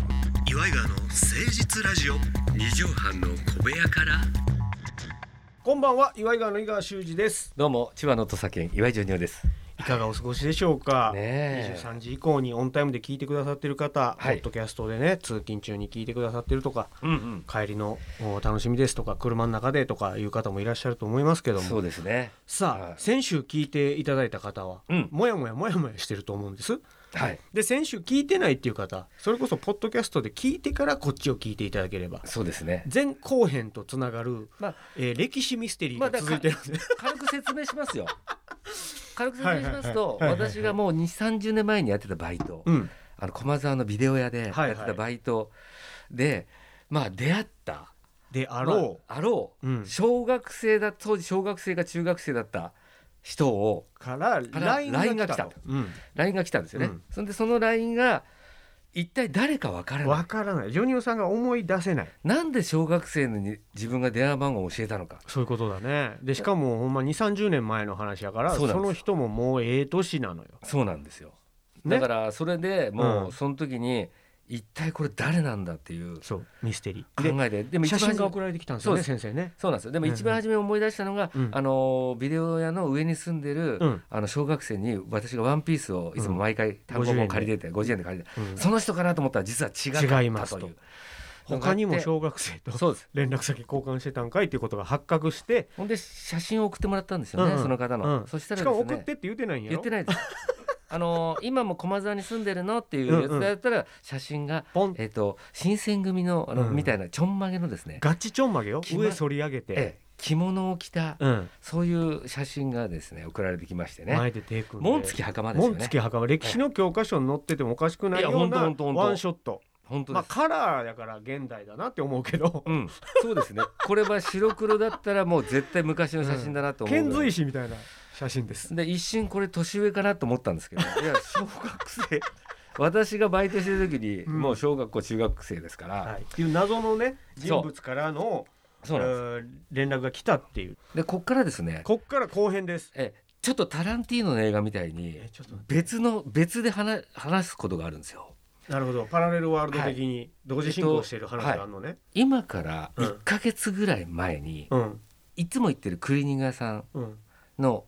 イガーの誠実ラジオ二畳半の小部屋からこんばんは岩井川の井川修司ですどうも千葉の土佐県岩井ジョニオですいかがお過ごしでしょうか、ねえ23時以降にオンタイムで聞いてくださってる方、はいポッドキャストでね通勤中に聞いてくださってるとかうんうん帰りのお楽しみですとか車の中でとかいう方もいらっしゃると思いますけどそもうですねさあ、はい先週聞いていただいた方は、うんもやもやもやもやしてると思うんですはいで先週聞いてないっていう方それこそポッドキャストで聞いてからこっちを聞いていただければそうですね前後編とつながる、まあえー歴史ミステリーまあがだ続からいてるんで、 軽く説明しますよ軽く説明しますとはいはいはいはいはいはい私がもう2三3 0年前にやってたバイト、うんあの駒沢のビデオ屋でやはいってたバイトで、まあ出会ったであろまああろう、うん小学生だ当時小学生が中学生だった人をうからから LINE が来 LINE たが来たとと、うん、 LINE が来たんですよね、うんそんでその LINE が一体誰かわからないわからないジョニオさんが思い出せないなんで小学生に自分が電話番号を教えたのかそういうことだねでしかもほんま2 3 0年前の話やからそそうなんですの人ももうええ年なのよそうなんですよ、ねだからそれでもうんうその時に一体これ誰なんだっていう考そうミステリーでえでで写真初がめ送られてきたんですよねそ先生ねそうなんですよでもうんうん一番初め思い出したのが、うんあのビデオ屋の上に住んでる、うんあの小学生に私がワンピースをいつも毎回単行本を借りてて50円で借りてて、うんその人かなと思ったら実は違かったという違いますと他にも小学生とそうです連絡先交換してたんかいっていうことが発覚してほんで写真を送ってもらったんですよね、うんうんその方の、うんそしたらしでかすもね送ってって言ってないんや言ろってない ですあの今も駒沢に住んでるのっていうやつだったら写真が、ポンえっと新選組のあの、うんみたいなちょんまげのですね、ガチちょんまげよ決ま上反り上げてええ、着物を着た、うんそういう写真がですね送られてきましてね前で手組んで紋付き袴ですよ紋ね付き袴歴史の教科書に載っててもおかしくないいやよほうなんとほんとほんとワンショット本当まであす、カラーやから現代だなって思うけどうん、そうですねこれは白黒だったらもう絶対昔の写真だな と思うぐ遣らい、隋使みたいな写真ですで一瞬これ年上かなと思ったんですけどいや 小学生私がバイトしてる時に、うんもう小学校中学生ですから、はい、っていう謎のねそ人う物からのそうなんです、えー連絡が来たっていうでこっからですねこっから後編ですえちょっとタランティーノの映画みたいにえちょっと待っ別の別で話話すことがあるんですよなるほどパラレルワールド的に同時進行している話があるのね、今からうん1ヶ月ぐらい前に、うんいつも行ってるクリーニング屋さんうんの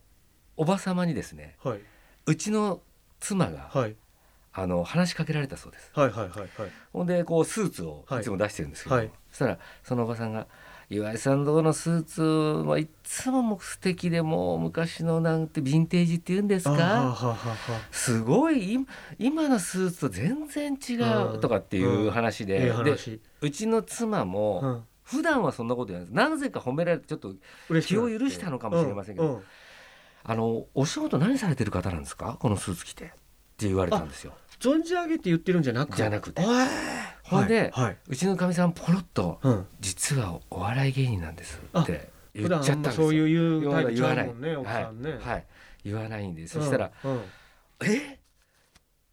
おば様にですねはいうちの妻が、はいあの話しかけられたそうですはいはいはいはいほんでこうスーツをはいいつも出してるんですけど、はいそしたらそのおばさんが「岩井さんのとこのスーツはいつももう素敵でもう昔のなんてヴィンテージって言うんですあーはか?」あはあはあはあすごい今今のスーツと全然違うとかっていう話で,、ええで話うちの妻も、うん普段はそんなことやないですなぜか褒められてちょっと嬉気を許したののかもしれませんけど、あのお仕事何されてる方なんですかこのスーツ着てって言われたんですよ。存じ上げて言ってるんじゃなくじゃなくてあーほんではい、はいうちのかみさんポロッとうん、 「実はお笑い芸人なんです」って言普っちゃ段っあたんんまですそうよ。いうタイプち言わゃなうい、もんね奥さんね、はいはい、言わないんでそしたらうんうん「え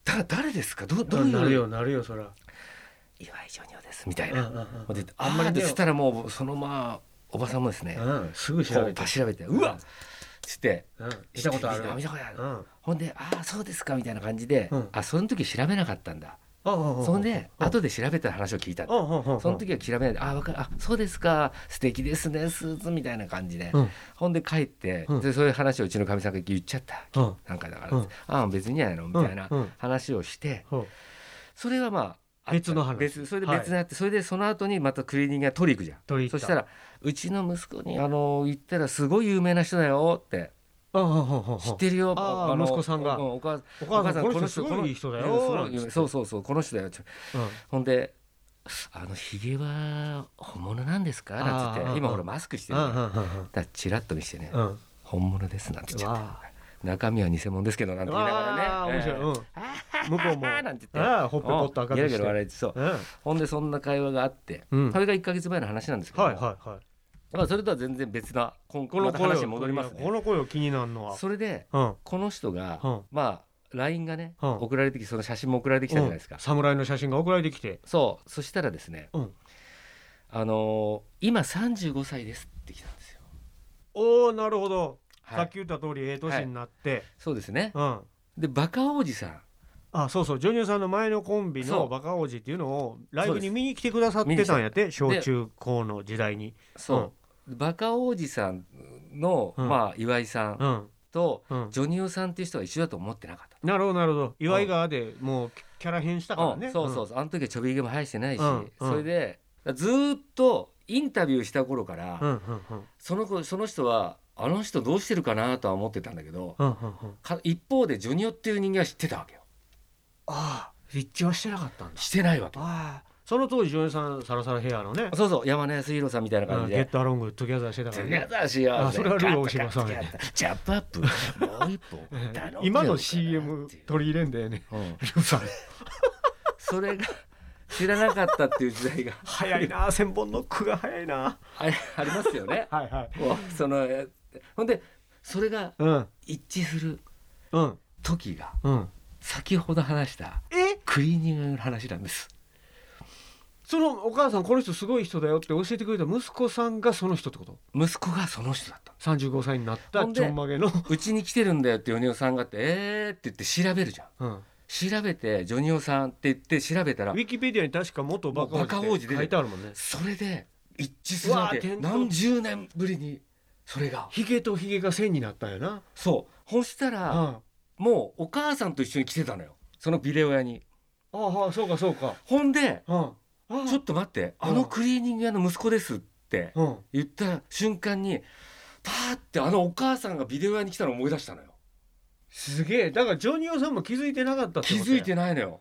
だ誰ですかどどどうういうなるよなるよそら岩井ジョニオです」みたいうんうな。んうんでああんんままりりででそしたらもうそのまあおばさんもですねこうんすぐう調べてパッ調べて「うわっ!」つってうん「見たことあ知るって見たことあるうんほんで「ああそうですか」みたいな感じでうん「あその時調べなかったんだ」そそんで後で調べた話を聞いたうんうんうんうんその時は調べないで「ああ分かるあそうですか素敵ですねスーツ」みたいな感じでうんほんで帰ってうんでそういう話をうちのかみさんが言っちゃったうんうんなんかだかうらん「ああ別にやの」みたいなうんうん話をしてほそれはまああった別の話別それで別になってそれでその後にまたクリーニング屋取り行くじゃん。取りそ入しったらうちの息子にあの言ったらすごい有名な人だよってううんうんうんうん知ってるよあーの息子さんがうお母お母さんこの人すこのごいいい人だうんすごよい有名そうそうそうこの人だよってうんほんであのひげは本物なんですかなんて言っあーて今うんほらマスクしてうるかんうらんうんだからチラッと見してねうんうん本物ですなんて言っちゃっわて中身は偽物ですけどなんて言いながあらね面白いえうーん向こうもあーなんて言ってああほっぺぽっと赤ゲくラしゲてラ笑えてそううんほんでそんな会話があってうんそれが1か月前の話なんですけどはいもはいはいまあそれとは全然別なこんこの声話に戻りますねこの声を気になるのはそれでうんこの人が、うんまあ LINE がね、うん送られてきてその写真も送られてきたじゃないですか、うん侍の写真が送られてきてそうそしたらですね、うんあのー今35歳ですって来たんですよ、おおなるほどはさっいき、言った通りええ年になってそうですねうんでバカ王子さんあそうそうジョニオさんの前のコンビそのうバカ王子っていうのをライブそうでにす見に来てくださってたんやって小中高の時代にそう、バカ王子さんの、うんまあ、岩井さんうんと、うんジョニオさんっていう人は一緒だと思ってなかったなるほどなるほど岩井川でもうキャラ変したからうねん、そうそうそそうあの時はちょびひげも生やしてないし、うんうんそれでずーっとインタビューした頃から、うんうんうんうんその子その人はあの人どうしてるかなとは思ってたんだけど、うんうんうんか一方でジョニオっていう人間は知ってたわけよああ立地はしてなかったんだしてないわけああその当時ジョニオさんサラサラヘアのねそうそう山根康弘さんみたいな感うんじゲッで。トアロングトゥギャザーしてたトからゥねギャザーしようぜあそれはルー大柴さんガッタガッタガッタ ジャンプアップもう一本頼んでよって今の CM 取り入れんだよねうんルーさんそれが知らなかったっていう時代が早いな千本ノックが早いなあありますよねはいはいこうそのえほんでそれがうん一致するうん時がうん先ほど話したえクリーニングの話なんですそのお母さんこの人すごい人だよって教えてくれた息子さんがその人ってこと息子がその人だったの35歳になったほんでちょんまげの、うちに来てるんだよって米オさんがって「えー」って言って調べるじゃんうん、調べてジョニオさんって言って調べたウらィキペディアに確か元バカ王子バカ王子って出てる書いてあるもんねそれで一致するわうわーけ天皇何十年ぶりにそれがヒゲとヒゲが線になったんやなそうほしたらあもうお母さんと一緒に来てたのよそのビデオ屋にあああそうかそうかほんでうんああ「ちょっと待ってあのクリーニング屋の息子です」ってうん言った瞬間にパーってあのお母さんがビデオ屋に来たのを思い出したのよすげえだからジョニオさんも気づいてなかったってこと気づやいてないのよ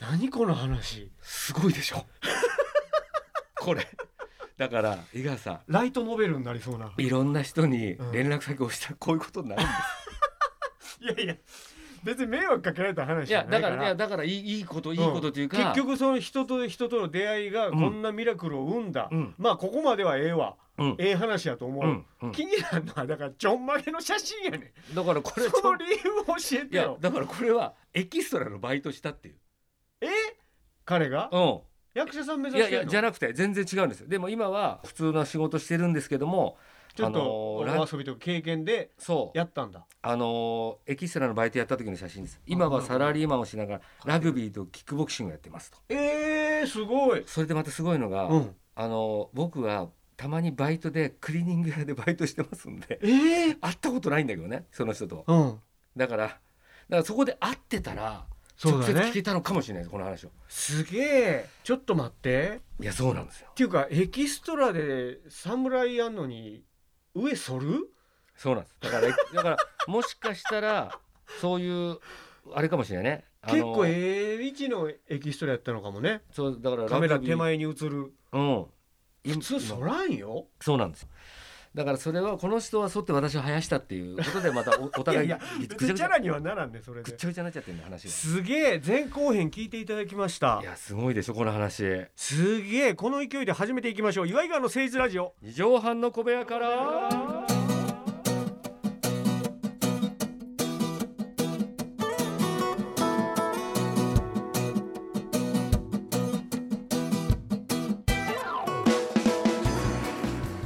何この話すごいでしょ これだから井川さんライトノベルになりそうないろんな人に連絡先をしたらこういうことになるんです、いやいや別に迷惑かけられた話いじゃやなだいかかららいやだからいいいいこといいことというか、結局その人と人との出会いがこんなミラクルを生んだ、うんまあここまではええわ、うんええ話やと思う、うんうん気になるのはだからちょんまげの写真やねんだからこれその理由を教えいてやよだからこれはエキストラのバイトしたっていう、え彼がうん、役者さん目い指しやているのやじゃなくて全然違うんですよでも今は普通の仕事してるんですけどもちょっと、あのーお遊びとか経験でそうやったんだあのーエキストラのバイトやった時の写真です今はサラリーマンをしながらラグビーとキックボクシングをやってますとえー、すごいそれでまたすごいのが、うんあの僕はたまにバイトでクリーニング屋でバイトしてますんで えー、会ったことないんだけどねその人とうんだからだからそこで会ってたらそう直だ接ね聞けたのかもしれないですこの話をすげえちょっと待っていやそうなんですよっていうかエキストラで侍やんのに上剃るそうなんですだからえ だからもしかしたらそういうあれかもしれないねあ結の構ええ位置のエキストラやったのかもねそうだからカメラ手ラグ前に映るビーうん普通今そらんよそうなんですだからそれはこの人は剃って私は生やしたっていうことでまたおお 互いぐちゃぐちゃにはならんねそれぐちゃぐちゃになっちゃってるんだ話がすげえ前後編聞いていただきましたいやすごいでしょこの話すげえこの勢いで始めていきましょう岩井川の政治ラジオ二畳半の小部屋から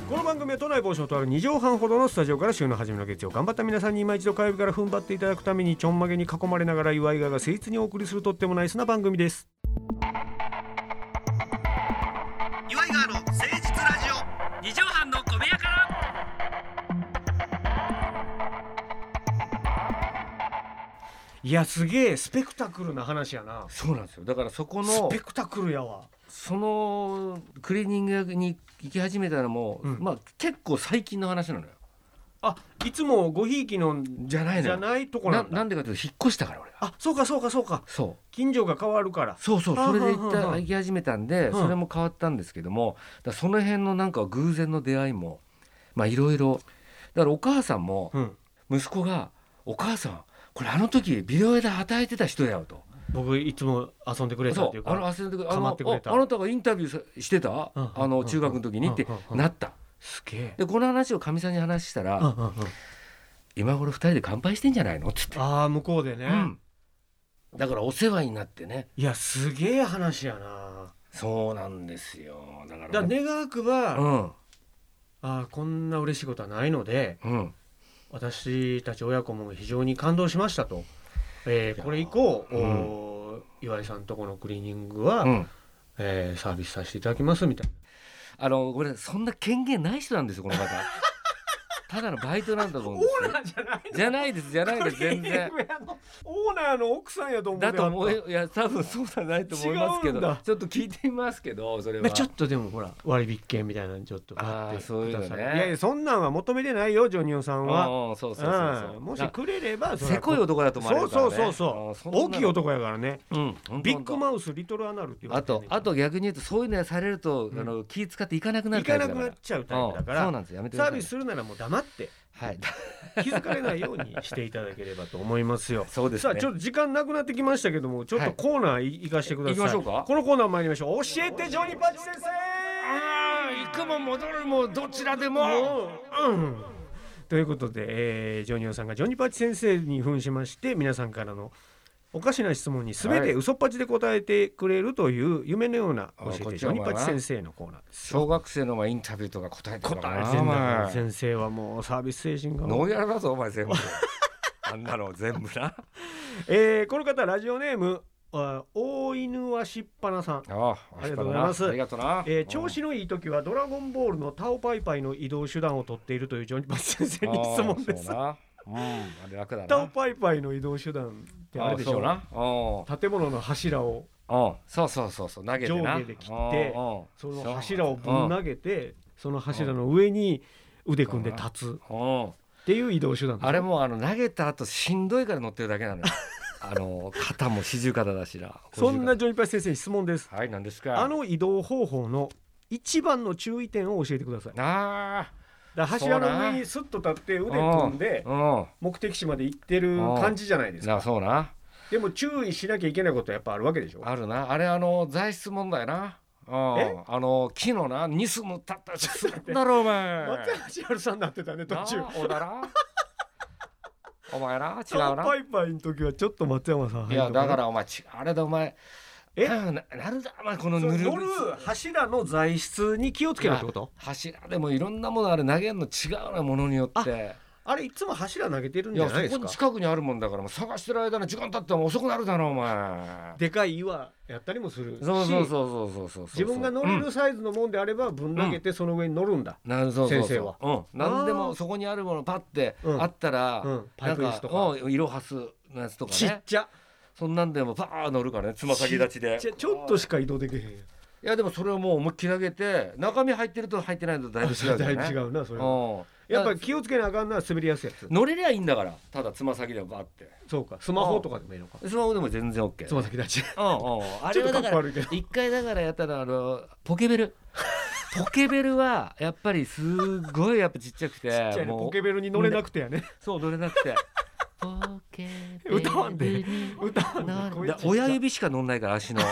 この番組は都内某所とある2畳半ほどのスタジオから週の初めの月曜頑張った皆さんに今一度火曜日から踏ん張っていただくためにちょんまげに囲まれながら岩井川が誠実にお送りするとってもナイスな番組です岩井川の誠実ラジオ二畳半の小部屋からいやすげえスペクタクルな話やなそうなんですよだからそこスのペクタクルやわそのクリーニング屋に行き始めたのも、うんまあ結構最近の話なのよあいつもごひいきのじじゃないのゃよないとこなんだなんでかというと引っ越したから俺があそうかそうかそうかそう近所が変わるからそうそうあそれで行っはんはんはたん行き始めたんでんそれも変わったんですけどもだからその辺のなんか偶然の出会いもまあいろいろだからお母さんもうん息子が「お母さんこれあの時ビデオ屋で働いてた人だよ」と。僕いつも遊んでくれたそっていううかあの忘れてくれあかまのってくれたああなたがインタビューさしてた、うんうんあの中学の時にってうんうんうんなった、すげえでこの話をかみさんに話したら、うんうんうん今頃二人で乾杯してんじゃないのって言っああ向こうでね、て、うん、だからお世話になってねいやすげえ話やなそうなんですよだからだから願くば、うんあーこんな嬉しいことはないのでうん私たち親子も非常に感動しましたとえーこれ以降、んおー岩井さんとこのクリーニングは、うん、えーサービスさせていただきますみたいあのごめんなさいそんな権限ない人なんですよ この方ただのバイトなんだと思うんなですよーじゃないじゃないですじゃ ないです全クリーニ然ング屋のオーナーの奥さんやと思うてだと思はっういや多分そうじゃないと思いますけ違うどんだちょっと聞いてみますけどそれたはまあちょっとでもほら割引券みたいなのちょっと買ってあーそういうのねくださいいやいやそんなんは求めてないよジョニオさんはうんうんそうそうそうそううんもしなくれればそれせはこい男だと思われそるうからそねうそうそう大きい、男やからねあそんなのうんほんとほんとビッグマウスリトルアナルって言わあれてんとねんあと逆に言うとそういうのやされると、うんあの気使っていかなくなる行タかイプなだからくなっちゃうタイプだからうんそうなんですやめてくだサーさいビスするならもう黙ってはい気づかれないようにしていただければと思いますよ そうですねさあちょっと時間なくなってきましたけどもちょっはといコーナーい行かしてください行きましょうかこのコーナー参りましょう教えてジョニーパチ先生行くも戻るもどちらでももううんということで、えージョニオさんがジョニーパチ先生に扮しまして皆さんからのおかしな質問に全はてい嘘っぱちで答えてくれるという夢のような教えあこってちジのョ方がニーパなチ先生のコーナーです。小学生のまインタビューとか答えてたか答らえなてんだかおら前先生はもうサービス精神がノーギャラだぞお前全 部あんなの全部なえーこの方ラジオネームあ大犬はしっぱなさん、あありがとうございますありがとうな、えー調子のいい時は「ドラゴンボール」のタオパイパイの移動手段を取っているというジョニーパチ先生うんに質問であーすそうなうんあれ楽だなタオパイパイの移動手段ってあれでしあーそょうなうん建物の柱をうん、そうそうそうそう投げてな上下で切ってうんうんその柱をぶん投げてその柱の上に腕組んで立つうんうんっていう移動手段あれもあの投げた後しんどいから乗ってるだけなのよ あの肩も四十肩だしなそんな50ジョニパチ先生に質問です肩はいなんですかあの移動方法の一番の注意点を教えてくださいだかあら柱そうのな上にスッと立って腕ー組んでうんうん目的地まで行ってる感じじゃないですかなそうなでも注意しなきゃいけないことはやっぱあるわけでしょあるなあれあの材質問題なうんえあの木のなニスも立ったしすんだろお前松 山千春さんになってたね途なあ中おだら お前な違うタオなパイパイの時はちょっと松山さん入いるのやだかならお前ちあれだお前えななるだお前このそぬのる乗ぶるつ柱の材質に気をつけるってこと柱でもいろんなものあれ投げるの違うなものによってあれいつも柱投げてるんいじゃやないでそすこにか近くにあるもんだからもう探してる間に時間経っても遅くなるだろお前でかい岩やったりもするしそうそうそうそうそうそう自分が乗れるサイズのもんであればぶん投げてその上に乗るんだ、なるそうそうそう先生はうん、何であーもそこにあるものパッてうんあったら、うんパイプ椅子とかなんうん色はすのやつとかちっねちゃそんなんでもバーン乗るからねつま先立ちでちゃちょっとしか移動できへんやんいやでもそれをもう思いっきり上げて中身入ってると入ってないのとだいぶ違う だよいねぶ違うなそれはうんやっぱだりか気をつけなあかんのは滑りやすいやつら乗れりゃいいんだからただつま先でバーってそうかスマホとかでもいいのかスマホでも全然 OK つま先立ちうんうんあちれょはだっとかっかこら悪いけど一回だからやったらあのポケベルポケベルはやっぱりすごいやっぱちっちゃくて ちっちゃいねもうポケベルに乗れなくてやねそう乗れなくてポケベルに歌わんで歌わんでなるこいつだ親指しか乗んないから足の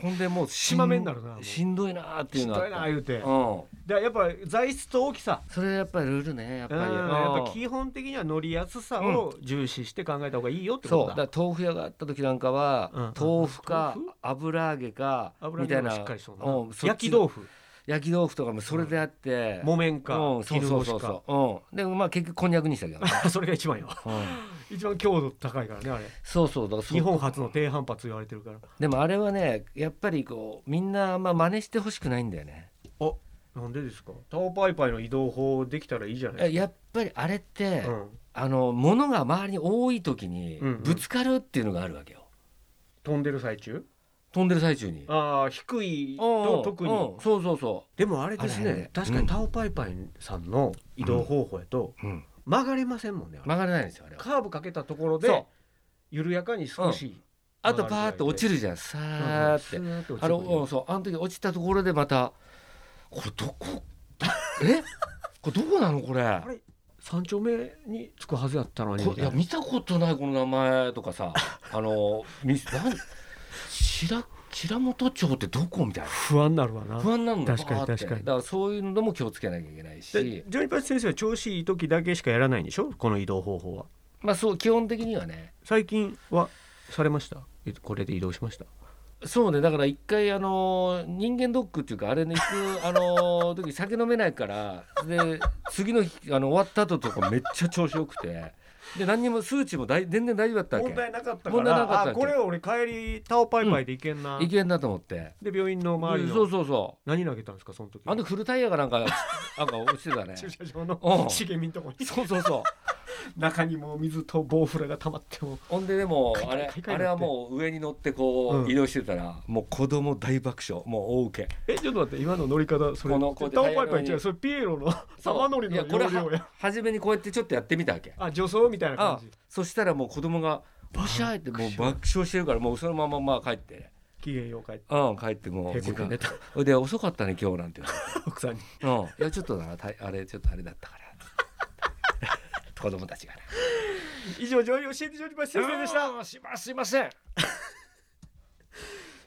ほんでもうしんまめになるなもうしんどいなーっていしうんのはどいな言うて、うんだからやっぱ材質と大きさそれやっぱりルールねやっぱうんりやっぱうん基本的には乗りやすさを重視して考えた方がいいよってそこうとだだ,、から豆腐屋があった時なんかうんうんは豆腐か豆腐油揚げか油み揚たげのいな方がしっかりしとんなうんそっち焼き豆腐焼き豆腐とかもそれであって木綿かうん、そう絹そごうしそうかそう、うん、でもまあ結局こんにゃくにしたけどね、 それが一番ようん、一番強度高いからねあれそうそうだからそう日本初の低反発言われてるからでもあれはねやっぱりこうみんなあんま真似してほしくないんだよねあなんでですかタオパイパイの移動法できたらいいじゃないでやっぱりあれって、すか、うん、あの物が周りに多い時にうんうんぶつかるっていうのがあるわけよ飛んでる最中飛んでる最中にああ低いうんうとん特にうんそうそうそでもあれですねあれあれ確かうにんタオパイパイさんの移動方法やとう、うん、曲がれませんもんねあれ曲がれないんですよあれはカーブかけたところそでう緩やかに少しあとパーッと落ちるじゃんさーって、うんスーッと落あちてくるのうんそうあの時落ちたところでまたこれどこ えこれどこなのこれれ三丁目に着くはずやったのにこいや見たことないこの名前とか さあのみなん白白本町ってどこみたい不安になるわなな不安なんだ確かにバーって確かにだからそういうのも気をつけなきゃいけないでしジョニーパチ先生は調子いい時だけしかやらないんでしょこの移動方法はまあそう基本的にはね最近はされましたえこれで移動しましたそうねだから一回あの人間ドックっていうかあれね行くあの 時酒飲めないからで次の日あの終わった後とかめっちゃ調子よくてで何にも数値も大全然大丈夫だったわけ問題なかったから問題なかったあわけこれは俺帰りタオパイパイで行けんな、いけんなと思ってで病院の周りのそうそうそ何投げたんですかそのう時あの時フルタイヤがなんかなんか落ちてたね 駐車場うのん茂みのとこにそうそうそう中にもう水とボウフラが溜まってもほんででもかいかあいれかいかいあれはもう上に乗ってこうんう移動してたら、もう子供大爆笑もう大受けえちょっと待って今の乗り方それこのこうタオパタイイヤパのイに違うそれピエロの玉乗りいのやこれ要領はや初めにこうやってちょっとやってみたわけあ女装みたいな感あじそしたらもう子供がバシャーってもう爆笑爆笑してるからもうそのまままあ帰って機嫌よう帰ってうん帰ってもうへこ時んで間寝たで遅かったね今日なんて言われて奥さんにうん、いやちょっとなたあれちょっとあれだったから 子供たちがな以上上位教えてジョニバシ先生でしたたしますいません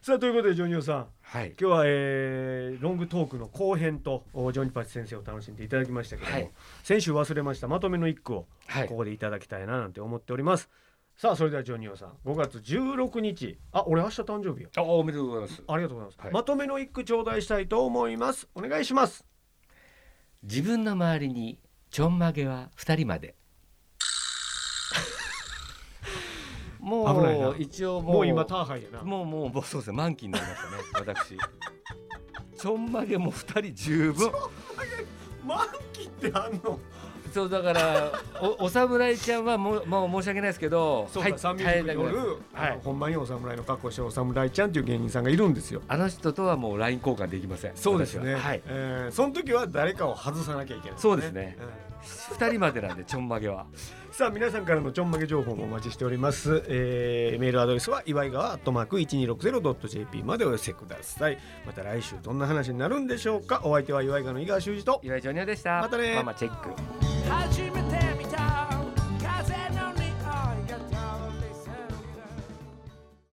さあということでジョニオさんはい今日は、えーロングトークの後編とおジョニパチ先生を楽しんでいただきましたけども、はい先週忘れましたまとめの一句をはいここでいただきたいななんて思っております、さあそれではジョニオさん5月16日あ俺明日誕生日よあおめでとうございますありがとうございます、はいまとめの一句頂戴したいと思いますお願いします自分の周りにちょんまげは二人まで危ない なもう一応もうもう今ターハイやなもうもうもうそうですね満期になりましたね 私ちょんまげも二人十分満期ってあんのそうだからおお侍ちゃんはもうもう申し訳ないですけどそうか、はいサンミュージ耐ッえクられによないる、はいあのほんまにお侍の格好してお侍ちゃんっていう芸人さんがいるんですよあの人とはもうライン交換できません。私ははい。えーその時は誰かを外さなきゃいけない、そうですねん二人までなんでちょんまげは。さあ皆さんからのちょんまげ情報もお待ちしております、えーメールアドレスは祝いがわトマーク 1260.jp までお寄せくださいまた来週どんな話になるんでしょうかお相手は祝いがの井川修司と岩井ジョニオでした。またねママチェック。始まる